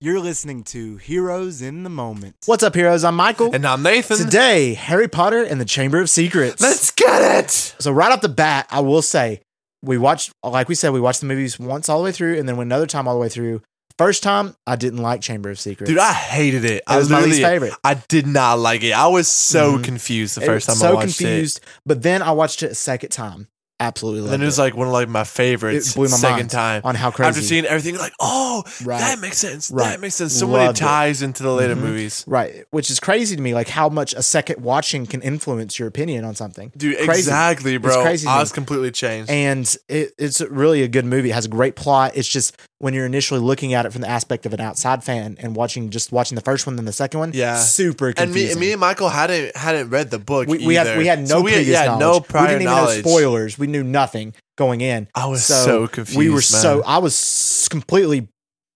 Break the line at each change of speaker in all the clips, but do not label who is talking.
You're listening to Heroes in the Moment.
What's up, heroes? I'm Michael.
And I'm Nathan.
Today, Harry Potter and the Chamber of Secrets.
Let's get it.
so, right off the bat, I will say we watched, like we said, we watched the movies once all the way through and then another time all the way through. First time, I didn't like Chamber of Secrets.
Dude, I hated it.
It
I
was my least
literally-
favorite.
I did not like it. I was so
Mhm.
confused the
It
first time
was
I
so
watched
confused, but then I watched it a second time. Absolutely.
it.
Loved
And then it was like one of like my favorites.
It blew my
second
mind.
time.
on how crazy.
After seeing everything, you're like, oh,
right.
that makes sense.
Right.
That makes sense. So many
Loved it.
ties into the later
Mhm.
movies.
Right, which is crazy to me, like how much a second watching can influence your opinion on something.
Dude,
Crazy.
exactly, bro.
crazy to
I
me.
was completely changed.
And it, it's really a good movie. It has a great plot. It's just when you're initially looking at it from the aspect of an outside fan and watching just watching the first one then the second one,
Yeah.
super
and me,
confusing.
me and Michael hadn't hadn't read the book.
we, we had
either.
we had no
So we
previous
yeah,
knowledge.
no prior
we didn't even
knowledge.
know spoilers. We knew nothing going in.
I was
So,
so, confused.
we were so
man.
I was s- completely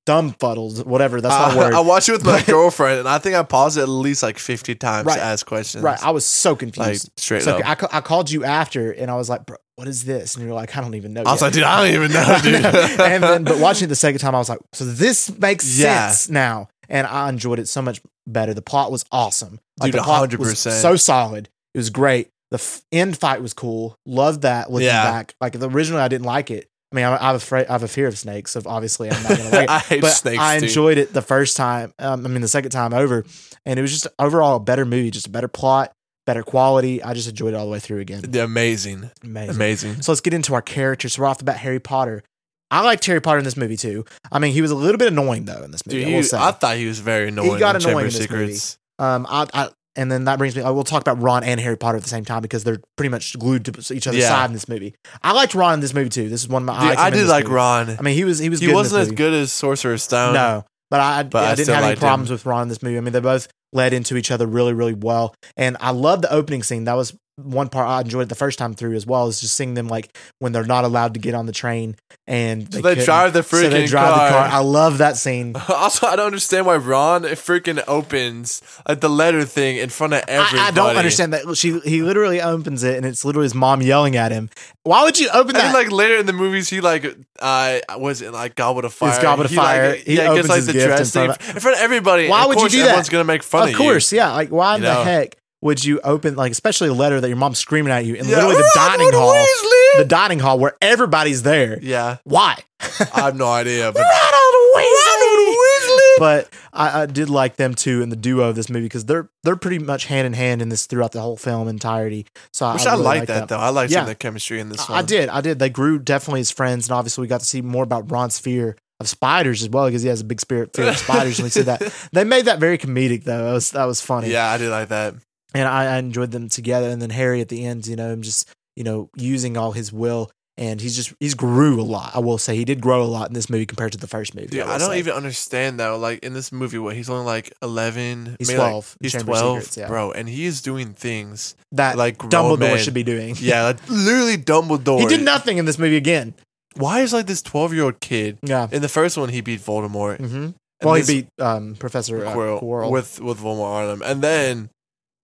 dumbfuddled. Whatever that's not a
Uh, I,
word.
I watched it with my
But-
girlfriend, and I think I paused it at least like fifty times
Right.
to ask questions.
right, I was so
like
confused.
straight
so
up.
I, ca- I called you after and I was like, Bro, what is this? And you're like, I don't even know.
I was
yet."
like, dude, I don't even know,
I
dude.
know. and then, but watching it the second time, I was like, so this makes
Yeah.
sense now. And I enjoyed it so much better. The plot was awesome.
Dude,
the plot was
100%.
So solid. It was great. The f- end fight was cool. Loved that looking
Yeah.
back. Like the originally, I didn't like it. I mean, I, I have a fra- I have a fear of snakes, so obviously I'm not gonna like it
I hate
but
snakes.
I
dude.
enjoyed it the first time. Um, I mean, the second time over, and it was just overall a better movie, just a better plot, better quality. I just enjoyed it all the way through again.
They're amazing,
Amazing.
amazing.
So let's get into our characters. So we're off the bat, Harry Potter. I liked Harry Potter in this movie too. I mean, he was a little bit annoying though in this movie.
Dude,
I will
he-
say.
I thought he was very annoying.
got
in Chamber
annoying
of
in this movie.
Secrets.
um, I, I, and then that brings me. I will talk about Ron and Harry Potter at the same time because they're pretty much glued to each other's
Yeah.
side in this movie. I liked Ron in this movie too. This is one of my.
Dude,
liked him
I
in
did
this
like
movie.
Ron.
I mean, he was he was
He
good in this
wasn't as
movie.
good as Sorcerer's Stone.
No, but I,
But
I,
I
didn't
still
have any
liked him.
problems with Ron in this movie. I mean, they both led into each other really, really well. And I love the opening scene. That was one part I enjoyed the first time through as well. Is just seeing them like when they're not allowed to get on the train and
So
they
they
couldn't.
drive the
So they
freaking
drive the car. I
car.
love that scene.
Also, I don't understand why Ron freaking opens like the letter thing in front of
I,
everybody.
I don't understand that she he literally opens it and it's literally his mom yelling at him. Why would you open
And then,
that?
like later in the movies, he like uh was in like Goblet of Fire.
He's Goblet of
He, like,
Fire. He
yeah,
opens
gets like
his
the
gift in
dress thing in
front
front of everybody.
Why
And of
would you
course
do that?
Everyone's gonna make fun of,
of
you.
course, yeah. Like why in
You
the
know?
heck would you open like especially a letter that your mom's screaming at you in
Yeah. oh,
literally the dining
Ron
hall,
Weasley!
the dining hall where everybody's there?
yeah,
Why?
I have no idea. But
Ronald Weasley.
Weasley.
But I, I did like them too in the duo of this movie because they're they're pretty much hand in hand in this throughout the whole film entirety. So I,
Which
I,
I,
really
like
liked
that, though. I like
Yeah.
some of the chemistry in this
I,
one.
I did, I did. They grew definitely as friends, and obviously we got to see more about Ron's fear of spiders as well because he has a big spirit fear of spiders, and we see that they made that very comedic though. That was that was funny.
Yeah, I did like that.
and I, I enjoyed them together. And then Harry at the end, you know, him just you know using all his will, and he's just he's grew a lot. I will say he did grow a lot in this movie compared to the first movie.
Dude,
will
I don't
say.
even understand though. Like in this movie, what he's only like eleven.
He's
maybe, like,
12 in
he's
Chamber of
twelve,
Secrets, yeah.
bro, and he is doing things
that
like
Dumbledore
grown men.
should be doing.
Yeah, like literally Dumbledore.
He did nothing in this movie again.
Why is like this twelve-year-old kid
Yeah.
in the first one? He beat Voldemort. Mm-hmm. and
hmm Well, he
this-
beat um, Professor uh,
Quirrell,
Quirrell.
with with Voldemort on him, and then.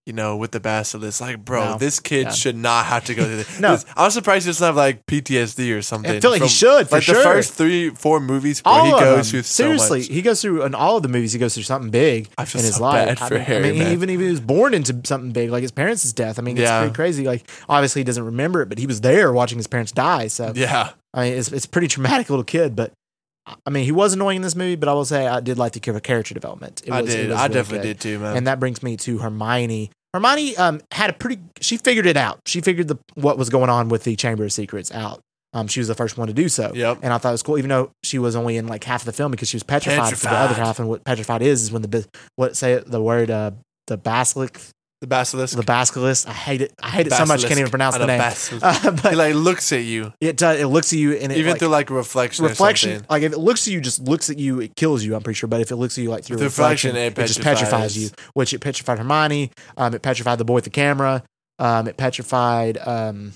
You know, with the basilisk, like, bro,
No.
this kid
Yeah.
should not have to go through this.
No.
This- I was surprised he doesn't have like PTSD or something.
I feel like he
from-
should for
like
sure.
the first three, four movies, bro,
all
he
of
goes
them.
through so
Seriously,
much.
he goes through in all of the movies. He goes through something big
I feel
in his
so
life.
bad
I
for
mean,
Harry,
I mean
man.
even if he was born into something big, like his parents' death. I mean, it's
Yeah.
pretty crazy. Like obviously, he doesn't remember it, but he was there watching his parents die. So
Yeah,
I mean, it's it's a pretty traumatic little kid, but. I- I mean, he was annoying in this movie, but I will say I did like the char- character development. It
I
was- it
did.
was
I
really
definitely
good.
did too, man.
and that brings me to Hermione. Hermione um, had a pretty. She figured it out. She figured the what was going on with the Chamber of Secrets out. Um, she was the first one to do so.
Yep.
And I thought it was cool, even though she was only in like half of the film because she was petrified, for the other
Petrified.
half. And what petrified is is when the bis- what say it, the word uh, the basilisk
the basilisk.
the basilisk. I hate it. I hate it so much. Can't even
Basilisk.
pronounce
I
the
know
name.
basilisk.
Uh,
he
but
like looks at you,
it does. It looks at you and it
even
like,
through like reflection. Or
reflection
something.
like if it looks at you just looks at you it kills you i'm pretty sure but if it looks at you like through
The
reflection,
reflection, it
just
petrifies.
petrifies you which it petrified hermione um it petrified the boy with the camera um it petrified um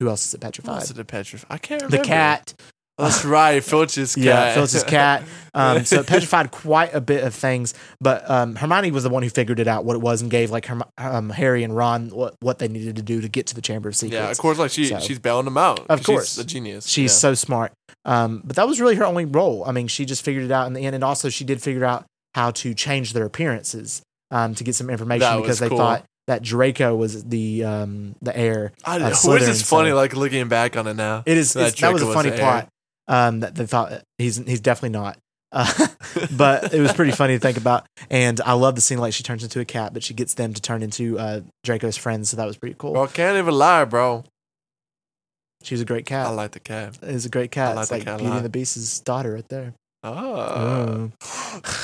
who else is it
What
petrified
Was it a petrified? I can't
the
remember.
cat
That's right, Filch's cat.
Yeah, Phyllis's cat. Um, so it petrified quite a bit of things, but um, Hermione was the one who figured it out what it was and gave like Herm- um, Harry and Ron what, what they needed to do to get to the Chamber of Secrets.
yeah, of course. Like she,
So-
she's bailing him out. 'cause
course.
she's a genius.
She's
yeah.
so smart. Um, but that was really her only role. I mean, she just figured it out in the end, and also she did figure out how to change their appearances um, to get some information
That
because
was
they
cool.
thought that Draco was the um, the heir.
I
uh,
know. Which
Slytherin,
is funny,
so-
like looking back on it now.
It is
That
it's- that was a
Draco was
funny
the heir.
plot um, that they thought he's he's definitely not. Uh, but it was pretty funny to think about. And I love the scene like she turns into a cat, but she gets them to turn into uh, Draco's friends. So that was pretty cool.
Bro, I can't even lie, bro.
She's a great
I
cat.
like the cat.
it was a great cat.
I like
it's
the
like
cat a
Beauty
lot.
and the Beast's daughter right there.
Oh.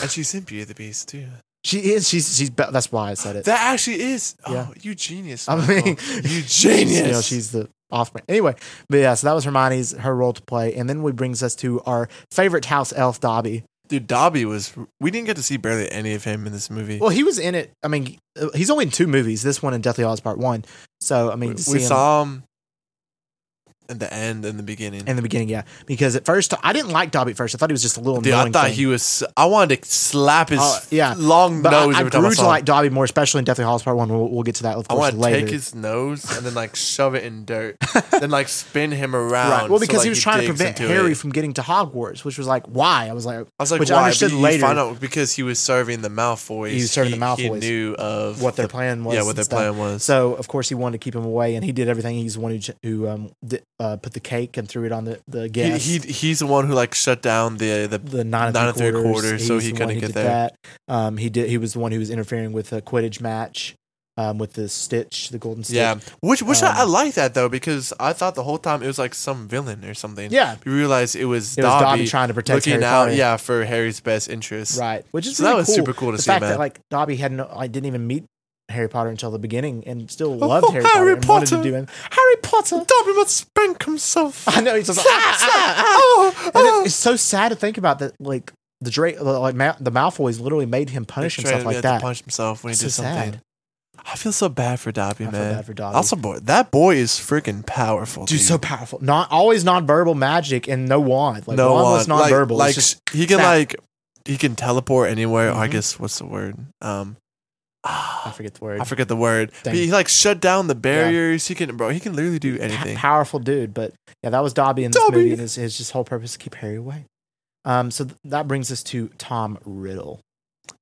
and she's in Beauty and the Beast too.
She is. She's. She's. be- That's why I said it.
That actually is. Oh,
Yeah.
you genius.
I
Michael.
mean,
you
she's, you know,
genius.
she's the off brand. Anyway, but yeah. So that was Hermione's her role to play, and then we brings us to our favorite house elf, Dobby.
Dude, Dobby was. We didn't get to see barely any of him in this movie.
Well, he was in it. I mean, uh, he's only in two movies. This one and Deathly Hallows Part One. So I mean,
we
to
we
see him-
saw him at the end and the beginning.
in the beginning, yeah. Because at first, I didn't like Dobby at first. I thought he was just a little
Dude, I
annoying.
thought
thing.
he was. I wanted to slap his
Oh, yeah.
long
But I-
nose
I,
every time I
grew to
saw him.
like Dobby more, especially in Deathly Hallows Part One. We'll, we'll get to that, of
I
course,
want to
later.
take his nose and then like shove it in dirt, then like spin him around.
Right. Well,
so,
because
like,
he was trying to
digs
prevent
into
Harry
it.
from getting to Hogwarts, which was like, why? I was like,
I was like,
which I
why?
understood
But you
later.
Find out because he was serving the Malfoys.
He was serving the
He
Malfoys.
knew of
what their
the-
plan was.
Yeah,
and
what their
stuff.
plan was.
So of course he wanted to keep him away, and he did everything. He's the one who, ch- who um, di uh, put the cake and threw it on the the
he,
guest.
he he's the one who like shut down the the
the nine and,
nine and
three
three
quarters.
quarters, so
He's
he
the one
couldn't
who
get
did
there.
That. Um, he did. He was the one who was interfering with the Quidditch match um, with the Stitch, the Golden Stitch.
yeah. Which which
Um,
I, I like that though because I thought the whole time it was like some villain or something.
yeah.
We realized it was,
It was
Dobby,
Dobby trying to protect
looking
Harry
out,
Potter.
yeah, for Harry's best interest.
right. Which is
So
really
that was
cool.
super cool to
the
see,
fact
man.
that like Dobby had no, I didn't even meet Harry Potter until the beginning, and still
Oh,
loved Harry,
Harry
Potter, and wanted to
Potter.
do him. Harry Potter.
Dobby must spank himself.
I know he's just like,
Slap,
"Ah,
slap.
ah, ah."
Oh,
And
oh.
it, it's so sad to think about that. Like the Drake, like Ma- the Malfoys literally made him punish
He
himself
tried-
like
he had to
that.
Punch himself when he
It's
did
so
something.
sad.
I feel so bad for Dobby,
I feel
man.
bad for Dobby.
Also, boy, that boy is freaking powerful, dude.
Dude, so powerful. Not always nonverbal magic and no wand. Like
no
no wand was
one- like-
nonverbal. It's
Like,
just-
he can
snap.
like he can teleport anywhere. Or I
Mhm.
guess what's the word? Um,
I
ah,
forget the word.
I forget the word. But
Dang.
he like shut down the barriers. He can, bro. He can literally do anything.
Pa- powerful dude. But yeah, that was Dobby in this
Dobby.
movie, and his, his just whole purpose is to keep Harry away. Um, so th- that brings us to Tom Riddle.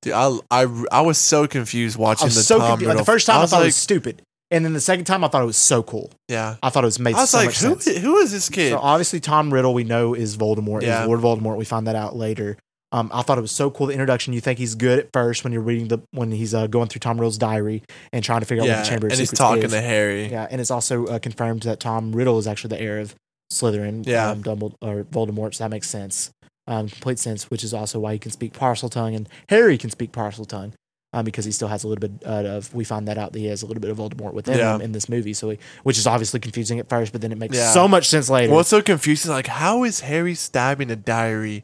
Dude, I, I I was so confused
I
watching
was
the
so
Tom
confused. Like,
Riddle-
the first time I,
was
thought
like,
it was stupid, and then the second time I thought it was so cool.
yeah.
I thought it was made
I was
so
like,
much
who
sense.
who is this kid?
So obviously, Tom Riddle we know is Voldemort,
Yeah.
is Lord Voldemort. We find that out later. Um, I thought it was so cool the introduction. You think he's good at first when you're reading the when he's uh, going through Tom Riddle's diary and trying to figure out
yeah,
what the Chamber of
and he's
Secrets
talking
is.
to Harry.
Yeah, and it's also uh, confirmed that Tom Riddle is actually the heir of Slytherin.
Yeah.
um, Dumbledore or Voldemort. So that makes sense, um, complete sense. Which is also why he can speak parcel tongue, and Harry can speak parcel tongue, um, because he still has a little bit uh, of. We find that out that he has a little bit of Voldemort within
Yeah.
him in this movie. So, he, which is obviously confusing at first, but then it makes
Yeah.
so much sense later.
Well, it's so confusing. Like, how is Harry stabbing a diary,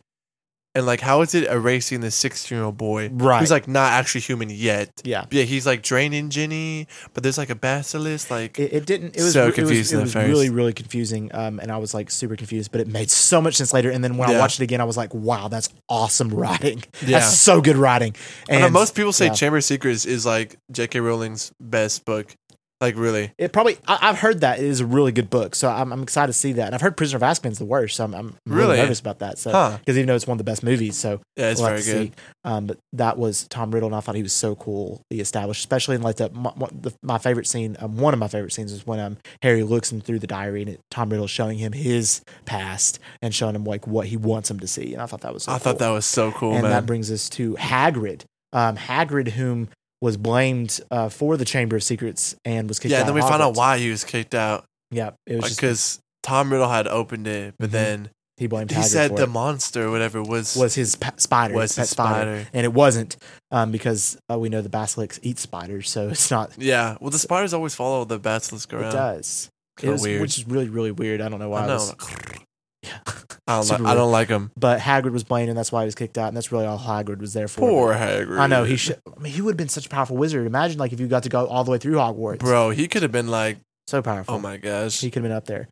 and like, how is it erasing the sixteen-year-old boy
right?
who's like not actually human yet?
yeah.
Yeah, he's like draining Ginny, but there's like a basilisk. Like,
It, it didn't. It was
So
it was-
confusing
It
at
was,
first.
really, really confusing, um, and I was like super confused. But it made so much sense later. And then when I
Yeah.
watched it again, I was like, "Wow, that's awesome writing.
Yeah.
That's so good writing."
I
And,
know most people say
yeah.
Chamber of Secrets is like J.K. Rowling's best book. Like, really,
it probably I, I've heard that it is a really good book, so I'm, I'm excited to see that. And I've heard Prisoner of Azkaban's the worst, so I'm, I'm really,
Really?
nervous about that. So because
huh?
even though it's one of the best movies, so
Yeah, it's
we'll
very
have to
good.
see. Um, but that was Tom Riddle, and I thought he was so cool. He established, especially in like the my, one- the, my favorite scene. Um, one of my favorite scenes is when um Harry looks him through the diary, and it, Tom Riddle showing him his past and showing him like what he wants him to see. And I thought that was so
I thought that was so cool,
and that
man.
brings us to Hagrid. Um, Hagrid, whom was blamed uh, for the Chamber of Secrets and was kicked
yeah,
out.
and then we
of
found out
Hogwarts.
why he was kicked out
Yeah, it was just
because Tom Riddle had opened it, but
Mhm.
then
he blamed.
he
Hagrid
said
for
the
it.
monster, or whatever, was
was his pa- spider,
was
pet
his spider.
and it wasn't um, because uh, we know the basilisk eat spiders, so it's not.
Yeah, well, the spiders always follow the basilisk around.
It does. It
Kinda
was-
weird.
Which is really, really weird. I don't know why.
I
it was-
know. I don't,
Super
like, I
weird.
don't like him.
but Hagrid was blamed, and that's why he was kicked out, and that's really all Hagrid was there for.
Poor Hagrid.
I know he should. I mean, he would have been such a powerful wizard. Imagine like if you got to go all the way through Hogwarts,
Bro, he could have been like,
So powerful.
oh my gosh.
He could have been up there.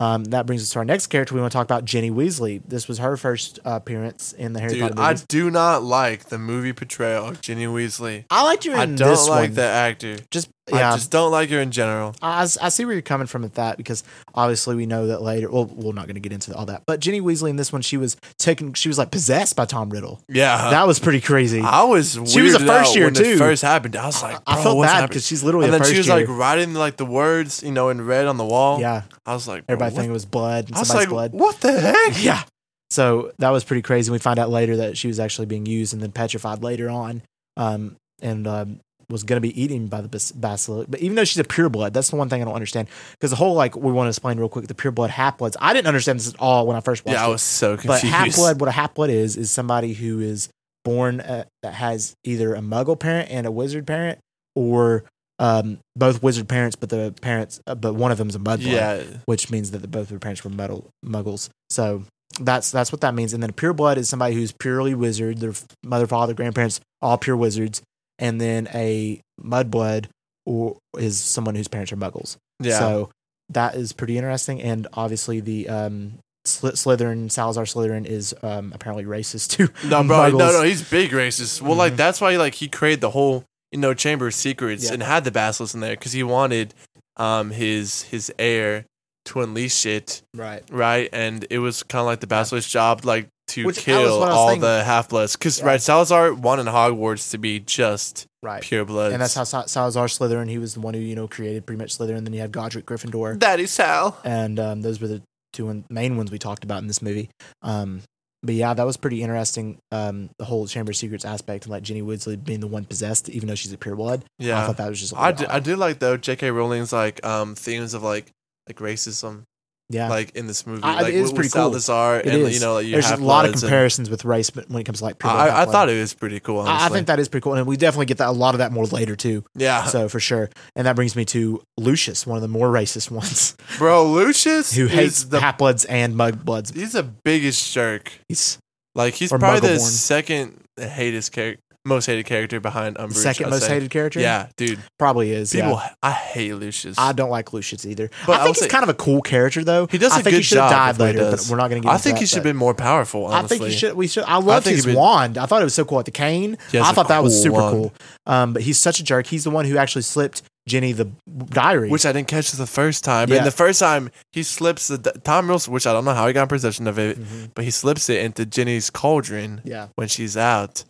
Um, that brings us to our next character we want to talk about, Jenny Weasley. This was her first uh, appearance in the Harry Potter
Dude, I
movies.
do not like the movie portrayal of Ginny Weasley.
I, liked her in
I don't
this
like
one.
that actor.
Just
I
yeah,
just don't like her in general.
I, I see where you're coming from with that because obviously we know that later. Well, we're not going to get into all that. But Jenny Weasley in this one, she was taken. She was like possessed by Tom Riddle.
Yeah.
that was pretty crazy. I,
Uh-huh. I was
She was a
weirded
first
out
year,
when
too.
It first happened. I was like,
I
bro,
felt
what's
bad
happening?
because she's literally
and
a
then
first
she was
year.
like writing like the words, you know, in red on the wall.
yeah,
I was like, bro,
everybody
what-
thinking it was blood. And
I was
somebody's
like,
blood.
what the heck?
Yeah. So that was pretty crazy. We find out later that she was actually being used and then petrified later on, um, and um, was going to be eaten by the bas- basilisk. But even though she's a pure blood, that's the one thing I don't understand because the whole like we want to explain real quick the pure blood half bloods. I didn't understand this at all when I first watched
Yeah, I
it.
was so
But
confused.
half blood, what a half blood is, is somebody who is born uh, that has either a Muggle parent and a wizard parent, or um, both wizard parents, but the parents, uh, but one of them's a mudblood
Yeah,
which means that the, both of their parents were muggle, muggles. So that's that's what that means. And then pure blood is somebody who's purely wizard. Their f- mother, father, grandparents, all pure wizards. And then a mudblood or is someone whose parents are muggles.
yeah.
So that is pretty interesting. And obviously the um, Sli- Slytherin, Salazar Slytherin is um, apparently racist too.
no, bro, no,
Muggles.
no, he's big racist. Well, like
Mhm.
that's why, like, he created the whole, you know, Chamber of Secrets
Yeah.
and had the basilisk in there because he wanted, um, his his heir to unleash it,
Right.
right? And it was kind of like the basilisk's job, like to
Which- that was
kill
what I was
all
thinking.
the half bloods, because
Yeah.
right, Salazar wanted Hogwarts to be just
Right.
pure bloods,
And that's how Sa- Salazar Slytherin, he was the one who, you know, created pretty much Slytherin. Then you have Godric Gryffindor.
That is how.
and um, those were the two one- main ones we talked about in this movie. Um, but yeah, that was pretty interesting. Um, the whole Chamber of Secrets aspect and like Jenny Woodsley being the one possessed, even though she's a pure blood. I
Yeah,
thought that was just. a
I
little
do,
odd.
I do like though J.K. Rowling's like um themes of like like racism
yeah.
like in this movie
I- it
like
is
with- with
pretty cool.
Salazar
It
and
is.
you know like, you
There's a
have
lot of
bloods and-
comparisons with race, but when it comes to like pure blood,
I, I
half-blood.
thought it was pretty cool.
I-
Honestly. Uh-huh.
I think that is pretty cool, and we definitely get that a lot of that more later too.
yeah,
So for sure, and that brings me to Lucius, one of the more racist ones,
bro, Lucius
who hates
is the
half bloods and mug bloods.
he's the biggest jerk.
He's
Like he's
Or
probably the
Muggle-born.
second hated character, most hated character behind Umbridge.
the second
I'd
most
say.
hated character.
Yeah, dude,
probably is. yeah.
people. I hate Lucius.
I don't like Lucius either.
But
I
I
think
would
he's
say-
kind of a cool character though.
He does
I
a
think he
good
should have
job
died
if he
later, but
does.
we're not going to get.
I
into
think
that,
he should have
but
been more powerful. Honestly.
I think he should. We should. I loved
think
his
he'd been-
wand. I thought it was so cool. At the cane,
He has
I
a
thought that was
cool
super
wand,
cool. Um, but he's such a jerk. He's the one who actually slipped Jenny the diary.
which I didn't catch the first time.
Yeah.
And the first time he slips the Tom Riddle, which I don't know how he got in possession of it,
Mhm.
but he slips it into Ginny's cauldron.
yeah,
when she's out.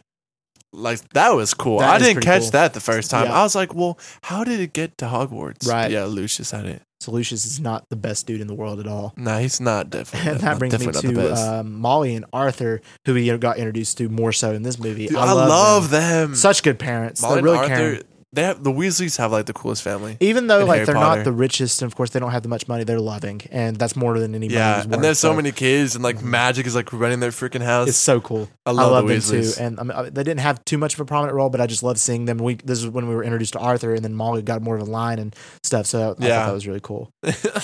Like that was cool.
That
I
is
didn't
pretty
catch
cool.
that the first time.
Yeah.
I was like, "Well, how did it get to Hogwarts?"
Right.
But yeah, Lucius had it.
so Lucius is not the best dude in the world at all.
Nah, he's not definitely.
And that
not-
brings me
definitely not
to
the best.
um, Molly and Arthur, who we got introduced to more so in this movie.
Dude, I, love,
them.
them.
such good parents.
Molly
They're
and
really
Arthur,
caring.
They have the Weasleys have like the coolest family.
even though
in
like
Harry
they're
Potter.
not the richest and of course they don't have that much money they're loving and that's more than anybody
Yeah,
was
and
worth,
there's so many kids, and like magic is like running their freaking house.
Mm-hmm. it's so cool
I
i
love,
love
the
them too
Weasleys.
and I mean, I- they didn't have too much of a prominent role but i just love seeing them we this is when we were introduced to arthur and then molly got more of a line and stuff so i
Yeah.
thought that was really cool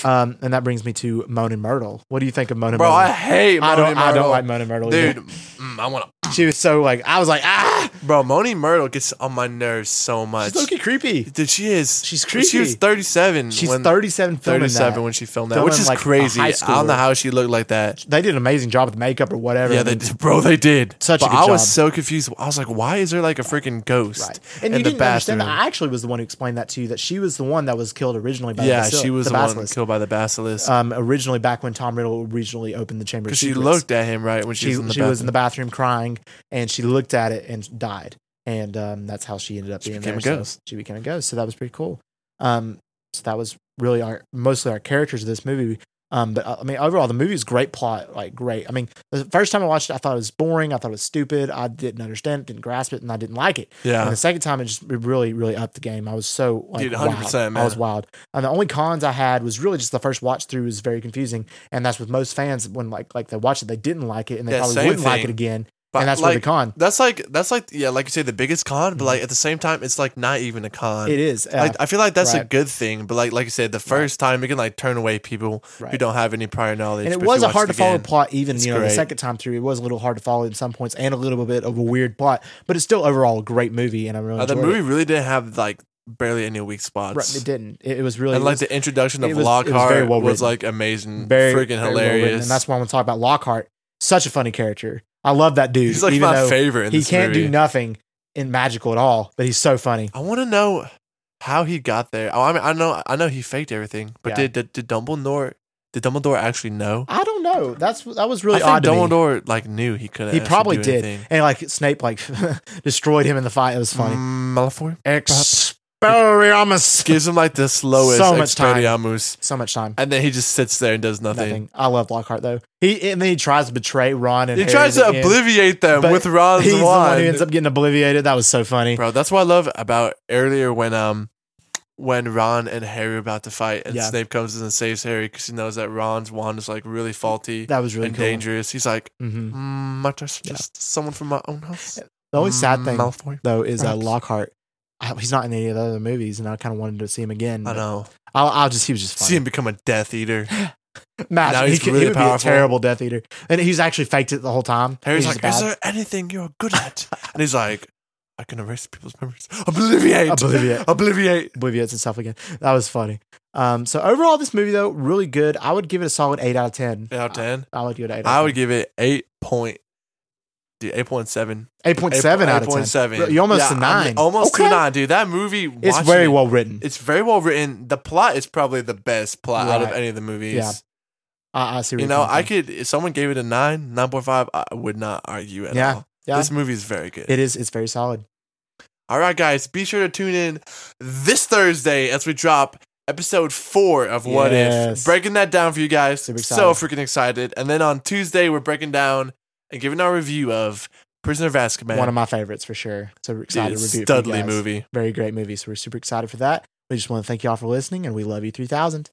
um and that brings me to moan and myrtle what do you think of moan and
Bro, I
myrtle
hate.
I don't.
Moni
I don't
Myrtle.
like Moan and Myrtle,
dude.
either.
mm, I want to.
She was so like. I was like, ah,
Bro, Moni Myrtle gets on my nerves so much.
she's looking creepy.
Dude, she is.
She's
She
creepy.
was 37.
She's
when-
thirty-seven. filming that.
37 when she filmed that,
Filming
which is
like a
crazy.
high
I don't know
schooler.
how she looked like that.
They did an amazing job with makeup or whatever.
Yeah,
and
they
then-
did. bro, they did.
Such a
but
good
I
job.
was so confused. I was like, why is there like a freaking ghost
Right. And
in
you
the
didn't
bathroom?
understand that. I actually was the one who explained that to you that she was the one that was killed originally by
yeah,
the basil-
she was
the,
the, one
basilisk.
killed by the basilisk
Um, originally back when Tom Riddle originally opened the chamber. of
because she
Secrets.
looked at him right when she,
She,
was in the
she
bathroom.
was in the bathroom crying, and she looked at it and died, and um, that's how she ended up
She
being
became
there.
a
So
ghost.
she became a ghost, so that was pretty cool. Um, so that was really our mostly our characters of this movie. Um, but uh, I mean, overall, the movie is great plot, like great. I mean, the first time I watched it, I thought it was boring. I thought it was stupid. I didn't understand it, didn't grasp it, and I didn't like it. And
yeah,
the second time, it just it really, really upped the game. I was so like,
Uh-huh. Dude,
wild.
100%,
I was
man.
wild. And the only cons I had was really just the first watch through was very confusing, and that's with most fans when like like they watch it, they didn't like it, and they
Yeah,
probably
same
wouldn't like
thing.
it again,
but
and that's
like
where the con.
that's like that's like yeah, like you say, the biggest con. But
Mhm.
like at the same time, it's like not even a con.
It is uh,
Like, I feel like that's a
right.
good thing, but like like you said, the first time it can like turn away people who
right.
don't have any prior knowledge.
and it
but if
was
you
a
watch
hard to follow
again-
plot, even
it's
you know the
great.
second time through. It was a little hard to follow in some points, and a little bit of a weird plot, but it's still overall a great movie, and I'm really
Uh, the
enjoyed it.
movie really didn't have like barely any weak spots.
Right, it didn't. It, it was really
and like
it was
the introduction of
it was- it was
Lockhart
very well
was
written.
like amazing,
very
Mm, freaking
very well written,
hilarious.
and that's why I want to talk about Lockhart. Such a funny character. I love that dude.
he's like
even
my
though
favorite. In
He
this
can't
movie.
do nothing in magical at all, but he's so funny.
I want to know how he got there. Oh, I mean, I know, I know he faked everything, but
Yeah.
did, did did Dumbledore did Dumbledore actually know?
I don't know. That's that was really
I
odd.
think
to me.
Dumbledore like knew he couldn't.
He
actually
probably
do
did.
Anything.
and like Snape like destroyed him in the fight. It was funny.
Mm, Malfoy
Expelliarmus.
gives him like the slowest
So much time.
Expelliarmus,
So much time.
and then he just sits there and does nothing.
Nothing. I love Lockhart though. He and then he tries to betray Ron and
He
Harry
tries
at
to
the end.
obliviate them
but
with Ron's
He's the one
wand.
who ends up getting obliviated. That was so funny.
Bro, that's what I love about earlier when um when Ron and Harry are about to fight and
Yeah.
Snape comes in and saves Harry because he knows that Ron's wand is like really faulty
That was really
and
cool.
dangerous. He's like,
Mhm.
mm, I trust
Yeah.
just someone from my own house.
The only sad
Mm,
thing
Malfoy.
though is uh,
perhaps.
Lockhart. I, he's not in any of the other movies, and I kind of wanted to see him again.
I
but
know.
I'll, I'll just he was just funny.
See him become a Death Eater.
Imagine,
Now
he,
he's
could,
really
he would
powerful.
be a terrible Death Eater, and he's actually faked it the whole time.
Harry's
He's
like,
a
is
bad-
there anything you're good at? and he's like, I can erase people's memories. Obliviate.
Obliviate.
Obliviate.
oblivious and stuff again. That was funny. Um, so overall, this movie though really good. I would give it a solid eight out of ten.
Out of 10.
I, I would give it eight.
I
out
would
of 10.
give it 8 point. Dude, 8.7.
eight point seven out of ten.
8.7.
You're almost
Yeah,
a
I'm
nine.
almost to
Okay.
nine, dude. That movie.
It's
watching
very
it,
well written.
It's very well written. The plot is probably the best plot out of
Right.
any of the movies.
Yeah. I, I see. Where you're
You know,
coming
I
from.
could. If someone gave it a nine, nine point five, I would not argue at
Yeah.
all.
Yeah,
This movie is very good.
it is. It's very solid.
All right, guys, be sure to tune in this Thursday as we drop episode four of What
Yes.
If, breaking that down for you guys.
Super
so
excited.
freaking excited! And then on Tuesday, we're breaking down and giving our review of Prisoner of Azkaban.
One of my favorites for sure. So we're
Dude,
excited to review it for you
Studley
guys.
movie.
Very great movie. So we're super excited for that. We just want to thank you all for listening, and we love you three thousand.